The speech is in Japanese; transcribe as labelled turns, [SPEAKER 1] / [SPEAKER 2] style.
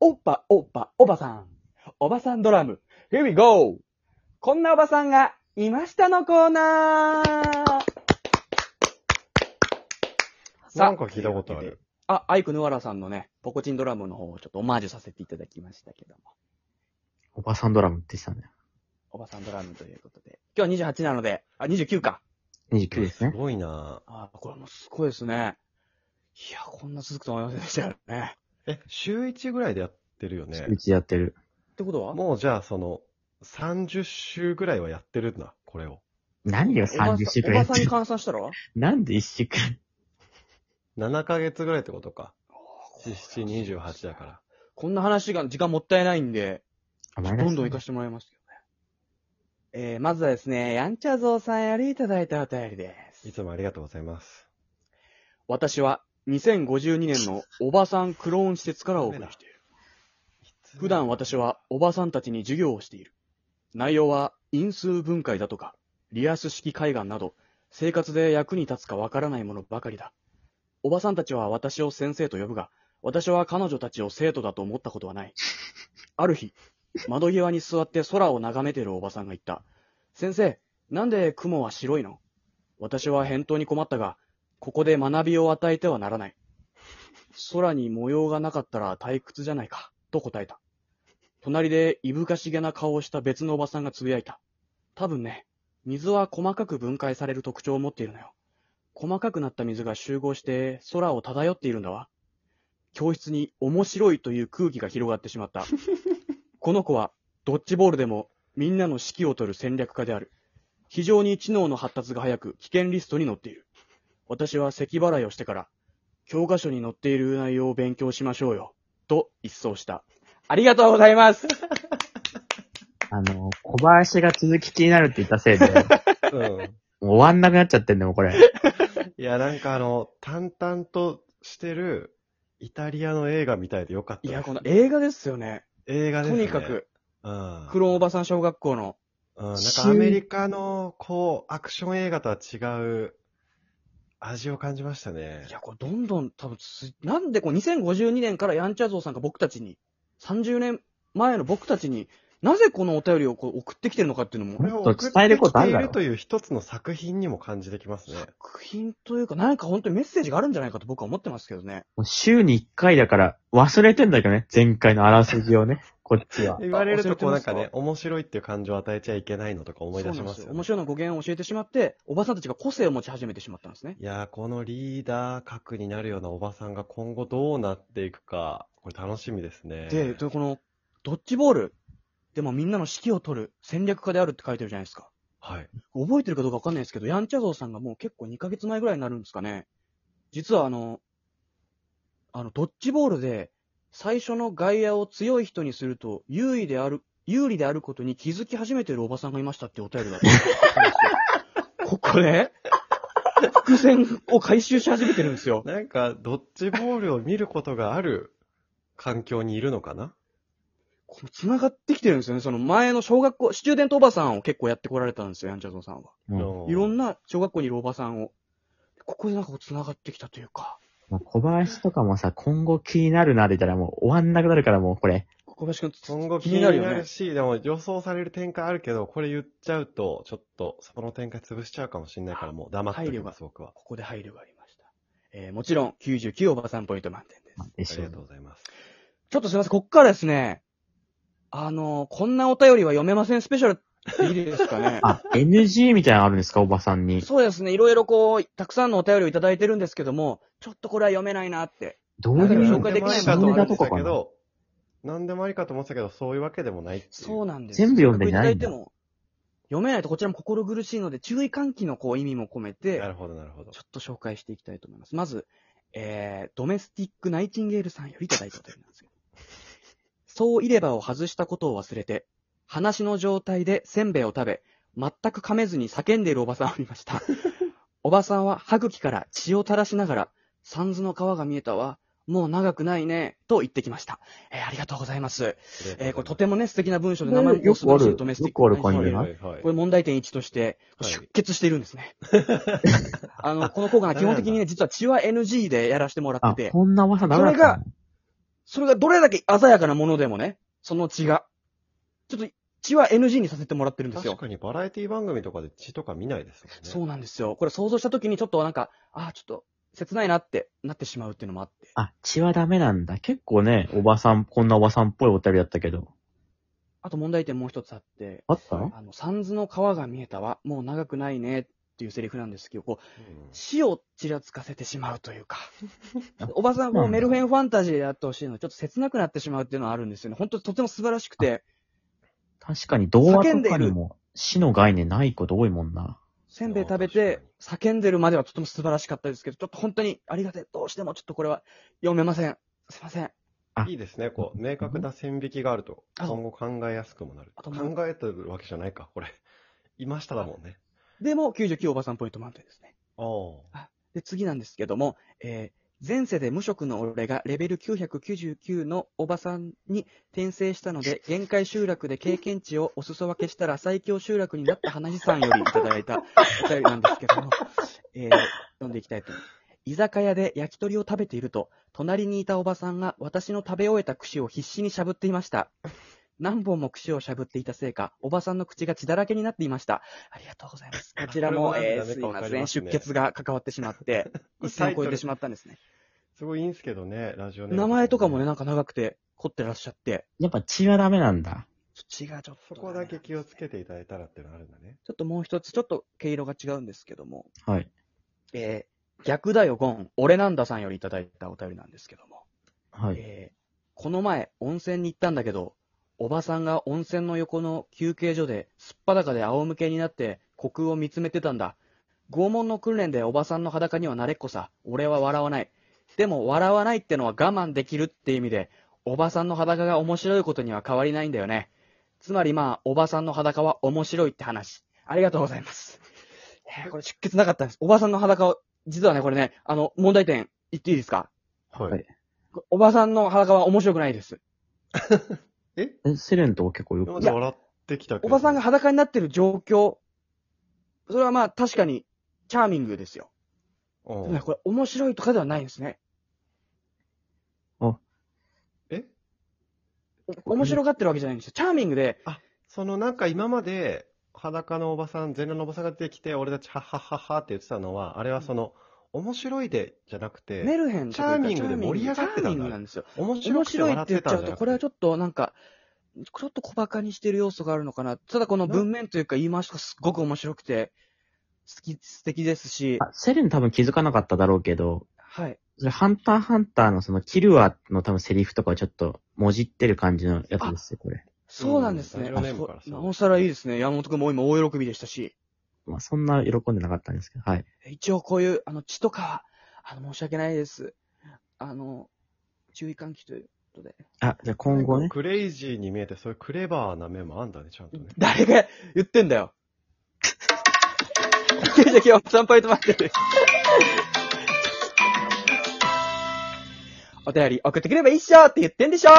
[SPEAKER 1] おっぱおっぱおばさん。おばさんドラム。Here we go! こんなおばさんがいましたのコーナーさあ
[SPEAKER 2] なんか聞いたことあ
[SPEAKER 1] いうわけで
[SPEAKER 2] る。
[SPEAKER 1] あ、アイクヌワラさんのね、ポコチンドラムの方をちょっとオマージュさせていただきましたけども。
[SPEAKER 3] おばさんドラムって言ってたね。
[SPEAKER 1] おばさんドラムということで。今日は28なので、あ、29か。
[SPEAKER 3] 29です
[SPEAKER 2] す
[SPEAKER 3] ね。
[SPEAKER 2] ごいな
[SPEAKER 1] あ、これもすごいですね。いや、こんな続くと思いませんでしたよね。
[SPEAKER 2] え、週1ぐらいでやってるよね
[SPEAKER 3] う。ちやってる。
[SPEAKER 1] ってことは
[SPEAKER 2] もうじゃあ、その、30週ぐらいはやってるんだ、これを。
[SPEAKER 3] 何
[SPEAKER 1] お
[SPEAKER 3] が
[SPEAKER 1] ばさん
[SPEAKER 3] 30週く
[SPEAKER 1] お
[SPEAKER 3] らい
[SPEAKER 1] ば
[SPEAKER 3] やっ
[SPEAKER 1] さん
[SPEAKER 3] て
[SPEAKER 1] に
[SPEAKER 3] る
[SPEAKER 1] 換算したら
[SPEAKER 3] なんで1週くらい
[SPEAKER 2] 7ヶ月ぐらいってことか。7、28だから。
[SPEAKER 1] こんな話が時間もったいないんで、
[SPEAKER 3] あ
[SPEAKER 1] ど
[SPEAKER 3] マイナス
[SPEAKER 1] んどん行かしてもらいますけどね。えー、まずはですね、やんちゃぞうさんよりいただいたお便りで
[SPEAKER 2] い
[SPEAKER 1] す。
[SPEAKER 2] つもありがとうございます。
[SPEAKER 1] 私は2052年のおばさんクローン施設からお送りしている。普段私はおばさんたちに授業をしている。内容は因数分解だとか、リアス式海岸など、生活で役に立つかわからないものばかりだ。おばさんたちは私を先生と呼ぶが、私は彼女たちを生徒だと思ったことは ない。ある日、窓際に座って空を眺めているおばさんが言った。先生、なんで雲は白いの私は返答に困ったが、ここで学びを与えてはならない。空に模様がなかったら退屈じゃないか、と答えた。隣でいぶかしげな顔をした別のおばさんがつぶやいた。多分ね、水は細かく分解される特徴を持っているのよ。細かくなった水が集合して空を漂っているんだわ。教室に面白いという空気が広がってしまった。この子はドッジボールでもみんなの指揮を取る戦略家である。非常に知能の発達が早く危険リストに載っている。私は咳払いをしてから、教科書に載っている内容を勉強しましょうよ。と一掃した。ありがとうございます
[SPEAKER 3] あの、小林が続き気になるって言ったせ いで、
[SPEAKER 2] うん。
[SPEAKER 3] もう終わんなくなっちゃってんだよ、これ。
[SPEAKER 2] いや、なんかあの、淡々としてる、イタリアの映画みたいでよかった
[SPEAKER 1] い
[SPEAKER 2] です。
[SPEAKER 1] や、この映画ですよね。
[SPEAKER 2] 映画
[SPEAKER 1] と
[SPEAKER 2] ですね。
[SPEAKER 1] にかく、
[SPEAKER 2] うん。
[SPEAKER 1] クローンおばさん小学校の、
[SPEAKER 2] うん、なんかアメリカの、こう、アクション映画とは違う、味を感じましたね
[SPEAKER 1] い。や、これどんどん多分つ、なんでこう2052年からヤンチャゾウさんが僕たちに、30年前の僕たちに、なぜこのお便りをこう送ってきてるのかっていうの
[SPEAKER 2] これ
[SPEAKER 1] も、
[SPEAKER 2] を
[SPEAKER 3] もっと伝えることあるだろ
[SPEAKER 2] 送ってきているという一つの作品にも感じてきますね。
[SPEAKER 1] 作品というか、なんか本当にメッセージがあるんじゃないかと僕は思ってますけどね。
[SPEAKER 3] もう週に1回だから、忘れてんだけどね、前回のあらすじをね、こっちは。
[SPEAKER 2] 言われる
[SPEAKER 1] 忘れ
[SPEAKER 2] と、
[SPEAKER 1] て
[SPEAKER 2] こうな
[SPEAKER 1] ま
[SPEAKER 2] ん
[SPEAKER 1] すか
[SPEAKER 2] かね、面白いっていう感情を与えちゃいけないのとか思い出します
[SPEAKER 1] そう
[SPEAKER 2] よ、
[SPEAKER 1] なんで面
[SPEAKER 2] ね。
[SPEAKER 1] 白いの語源を教えてしまって、おばさんたちが個性を持ち始めてしまったんですね。
[SPEAKER 2] いやー、このリーダー格になるようなおばさんが今後どうなっていくか、これ楽しみですね。
[SPEAKER 1] で、でこの、ドッジボール、でもみんなの指揮を取る戦略家であるって書いてるじゃないですか。
[SPEAKER 2] はい。
[SPEAKER 1] 覚えてるかどうかわかんないですけど、ヤンチャゾウさんがもう結構2ヶ月前ぐらいになるんですかね。実はあの、あの、ドッジボールで、最初の外野を強い人にすると、優位である、有利であることに気づき始めてるおばさんがいましたってお便りだったんですよ。ここね、伏線を回収し始めてるんですよ。
[SPEAKER 2] なんか、ドッジボールを見ることがある環境にいるのかな
[SPEAKER 1] こう繋がってきてるんですよね。その前の小学校、スチューデントおばさんを結構やってこられたんですよ、ヤンチャゾウさんは。
[SPEAKER 3] も
[SPEAKER 1] いろん
[SPEAKER 2] な。
[SPEAKER 1] な小学校にいるおばさんを。ここでなんかこう繋がってきたというか。
[SPEAKER 3] うもう小林とかもさ、今後気になるなって言ったらもう終わんなくなるからもうこれ。
[SPEAKER 1] 小林くん、
[SPEAKER 2] 今後
[SPEAKER 1] 気
[SPEAKER 2] 気
[SPEAKER 1] に
[SPEAKER 2] に
[SPEAKER 1] な
[SPEAKER 2] な
[SPEAKER 1] るよね
[SPEAKER 2] る。し、でも予想される展開あるけど、これ言っちゃうと、ちょっと、その展開潰しちゃうかもしれないから、もう黙っておきます、僕は。
[SPEAKER 1] ここで配慮がありました。えー、もちろん、99おばさんポイント満点です。
[SPEAKER 3] で
[SPEAKER 2] あ
[SPEAKER 3] し
[SPEAKER 2] り
[SPEAKER 3] ょ。
[SPEAKER 2] がとうございます。
[SPEAKER 1] ちょっとすいません、こっからですね、あのーこんなお便りは読めませんスペシャルっていいですかね
[SPEAKER 3] あ、NG みたいなのあるんですか、おばさんに。
[SPEAKER 1] そうですね、いろいろこう、たくさんのお便りをいただいてるんですけども、ちょっとこれは読めないなって。
[SPEAKER 3] どうでもいい
[SPEAKER 1] な
[SPEAKER 3] の
[SPEAKER 1] んか紹介できない
[SPEAKER 2] な
[SPEAKER 1] かと
[SPEAKER 2] んでも
[SPEAKER 1] 思
[SPEAKER 2] あ
[SPEAKER 1] うん
[SPEAKER 2] り
[SPEAKER 3] だ
[SPEAKER 2] かと
[SPEAKER 3] と
[SPEAKER 2] 思
[SPEAKER 3] か
[SPEAKER 2] ってた
[SPEAKER 3] か
[SPEAKER 2] け
[SPEAKER 3] な。
[SPEAKER 2] ど、なんでもありかと思ってたけど、そういうわけでもないっていう。
[SPEAKER 1] そうなんです。
[SPEAKER 3] 全部読んでないんだ
[SPEAKER 1] せっかくいただいても、読めないとこちらも心苦しいので、注意喚起のこう意味も込めて、
[SPEAKER 2] なるほど、なるほど
[SPEAKER 1] ちょ。っと紹介していきたいと思います。まず、えー、ドメスティックナイチンゲールさんよりいただいたお便りなんですけど。そう入れ歯を外したことを忘れて、話の状態でせんべいを食べ、全く噛めずに叫んでいるおばさんを見ま した。おばさんは歯茎から血を垂らしながら、サンズの皮が見えたわ。もう長くないね。と言ってきました。えーありがとうございます。えーこれとてもね、素敵な文章で名前も
[SPEAKER 3] よくある
[SPEAKER 1] 素晴らしいドメスティック
[SPEAKER 3] よくある
[SPEAKER 1] ナイチン
[SPEAKER 3] 感
[SPEAKER 1] ゲー
[SPEAKER 3] じ
[SPEAKER 1] ル
[SPEAKER 3] な
[SPEAKER 2] はいはいはい
[SPEAKER 1] これ問題点1として、
[SPEAKER 2] はい
[SPEAKER 1] 出血しているんですね。 あの、この効果が基本的にね、実は血は NG でやらせてもらっ
[SPEAKER 3] あ
[SPEAKER 1] て、て、
[SPEAKER 3] こんなおばさんダメだった
[SPEAKER 1] それ
[SPEAKER 3] の
[SPEAKER 1] がそれがどれだけ鮮やかなものでもね、その血が。ちょっと血は NG にさせてもらってるんですよ
[SPEAKER 2] 確。かにバラエティ番組とかで血とか見ないですもんね。
[SPEAKER 1] そうなんですよ。これ想像した時にちょっとなんか、ああ、ちょっと切ないなってなってしまうっていうのもあって。
[SPEAKER 3] あ、血はダメなんだ。結構ね、おばさん、こんなおばさんっぽいお便りだったけど。
[SPEAKER 1] あと問題点もう一つあって、
[SPEAKER 3] あったの。
[SPEAKER 1] あの、サンズの川が見えたわ。もう長くないね。っていうセリフなんですけど、こう、
[SPEAKER 2] うん
[SPEAKER 1] 死をちらつかせてしまうというか おばさん、
[SPEAKER 3] そう
[SPEAKER 1] こ
[SPEAKER 3] な
[SPEAKER 1] うん
[SPEAKER 3] だ
[SPEAKER 1] メルヘンファンタジーでやってほしいので、ちょっと切なくなってしまうっていうのはあるんですよね。本当とても素晴らしくて、
[SPEAKER 3] 確かに童話
[SPEAKER 1] 叫ん
[SPEAKER 3] と
[SPEAKER 1] で
[SPEAKER 3] か
[SPEAKER 1] いる
[SPEAKER 3] にも死の概念ないこと多いもんな。
[SPEAKER 1] せんべい食べて叫んでるまではとても素晴らしかったですけど、ちょっと本当にありがてえ。どうしてもちょっとこれは読めません。すいません。
[SPEAKER 3] あ
[SPEAKER 2] いいですね。こう、明確な線引きがあると、
[SPEAKER 1] あ
[SPEAKER 2] 今後考えやすくもなる。
[SPEAKER 1] あ
[SPEAKER 2] 考
[SPEAKER 1] ともう
[SPEAKER 2] えてるわけじゃないか、これ。いましただもんね。
[SPEAKER 1] でも、99おばさんポイント満点ですね。
[SPEAKER 2] ああ。
[SPEAKER 1] で、次なんですけども、えー前世で無職の俺がレベル999のおばさんに転生したの で、限界集落で経験値をお裾分けしたら最強集落になった話さんよりいただいたお便りなんですけども、えー読んでいきたいと思います。居酒屋で焼き鳥を食べていると、隣にいたおばさんが私の食べ終えた串を必死にしゃぶっていました。何本も串をしゃぶっていたせいか、おばさんの口が血だらけになっていました。ありがとうございます。こちらも、
[SPEAKER 2] これ
[SPEAKER 1] えー
[SPEAKER 2] はなん
[SPEAKER 1] す
[SPEAKER 2] で
[SPEAKER 1] い
[SPEAKER 2] ダメかわ
[SPEAKER 1] ま
[SPEAKER 2] かり
[SPEAKER 1] せん。
[SPEAKER 2] ますね
[SPEAKER 1] 出血が関わってしまっ て、一線を超えてしまったんですね。
[SPEAKER 2] すごいいいんすけどね、ラジオネーム
[SPEAKER 1] 名前とかもね、、なんか長くて、凝ってらっしゃって、
[SPEAKER 3] やっぱ血はダメなんだ。
[SPEAKER 1] 血がちょっと、
[SPEAKER 2] そこだけ気をつけていただいたらっていうのあるんだね。
[SPEAKER 1] ちょっともう一つ、ちょっと毛色が違うんですけども、
[SPEAKER 3] はい。
[SPEAKER 1] えー、逆だよゴン、俺なんださんよりいただいたお便りなんですけども、
[SPEAKER 3] はい。
[SPEAKER 1] えー、この前、温泉に行ったんだけど、おばさんが温泉の横の休憩所で、すっぱだかで仰向けになって、虚空を見つめてたんだ。拷問の訓練でおばさんの裸には慣れっこさ。俺は笑わない。でも、笑わないってのは我慢できるって意味で、おばさんの裸が面白いことには変わりないんだよね。つまりまあ、おばさんの裸は面白いって話。ありがとうございます。えーこれ出血なかったんです。おばさんの裸を、実はね、これね、あの、問題点言っていいですか
[SPEAKER 2] はい。
[SPEAKER 1] おばさんの裸は面白くないです。
[SPEAKER 3] えセレンとは結構よ
[SPEAKER 2] 今
[SPEAKER 3] く
[SPEAKER 2] ま。で笑ってきたけど。
[SPEAKER 1] おばさんが裸になってる状況、それはまあ確かにチャーミングですよ。
[SPEAKER 2] うん、
[SPEAKER 1] でもねこれ面白いとかではないんですね。
[SPEAKER 2] え
[SPEAKER 1] お面白がってるわけじゃないんですよ。チャーミングで、
[SPEAKER 2] そのなんか今まで、裸のおばさん、全裸のおばさんが出てきて、俺たち、はっはっはっはって言ってたのは、あれはその、面白いで、じゃなくて、
[SPEAKER 1] メルヘンというか
[SPEAKER 2] チャーミングで盛り上がっ
[SPEAKER 1] チャ
[SPEAKER 2] てたんだ
[SPEAKER 1] ーミングなんですよ。
[SPEAKER 2] 面白
[SPEAKER 1] 面
[SPEAKER 2] くて
[SPEAKER 1] 白いっ
[SPEAKER 2] 笑って
[SPEAKER 1] 言
[SPEAKER 2] て
[SPEAKER 1] っちゃ
[SPEAKER 2] たん
[SPEAKER 1] う
[SPEAKER 2] じゃ
[SPEAKER 1] と、
[SPEAKER 2] な
[SPEAKER 1] こ
[SPEAKER 2] く
[SPEAKER 1] れは
[SPEAKER 2] て
[SPEAKER 1] ちょっとなんか、ちょっと小馬鹿にしてる要素があるのかな。ただこの文面というか言い回しがすっごく面白くて、好き、素敵ですし、
[SPEAKER 3] あセレン多分気づかなかっただろうけど、
[SPEAKER 1] はい。
[SPEAKER 3] それハンターハンターのそのキルアの多分セリフとかをちょっともじってる感じのやつですよ、これ。
[SPEAKER 1] そうなんですね。
[SPEAKER 2] うん
[SPEAKER 1] あ
[SPEAKER 2] ラジオネーム
[SPEAKER 1] そ
[SPEAKER 2] からそう
[SPEAKER 1] なおさらいいですね。山本くんも今大喜びでしたし。
[SPEAKER 3] まあそんな喜んでなかったんですけど、はい。
[SPEAKER 1] 一応こういう、あの、血とかは、あの、申し訳ないです。あの、注意喚起ということで。
[SPEAKER 3] あ、じゃあ今後ね。
[SPEAKER 2] クレイジーに見えて、そういうクレバーな面もあんだね、ちゃんとね。
[SPEAKER 1] 誰が言ってんだよ。 いやいやいや、3ポイント待ってる。お便り送ってくれば一緒って言ってんでしょ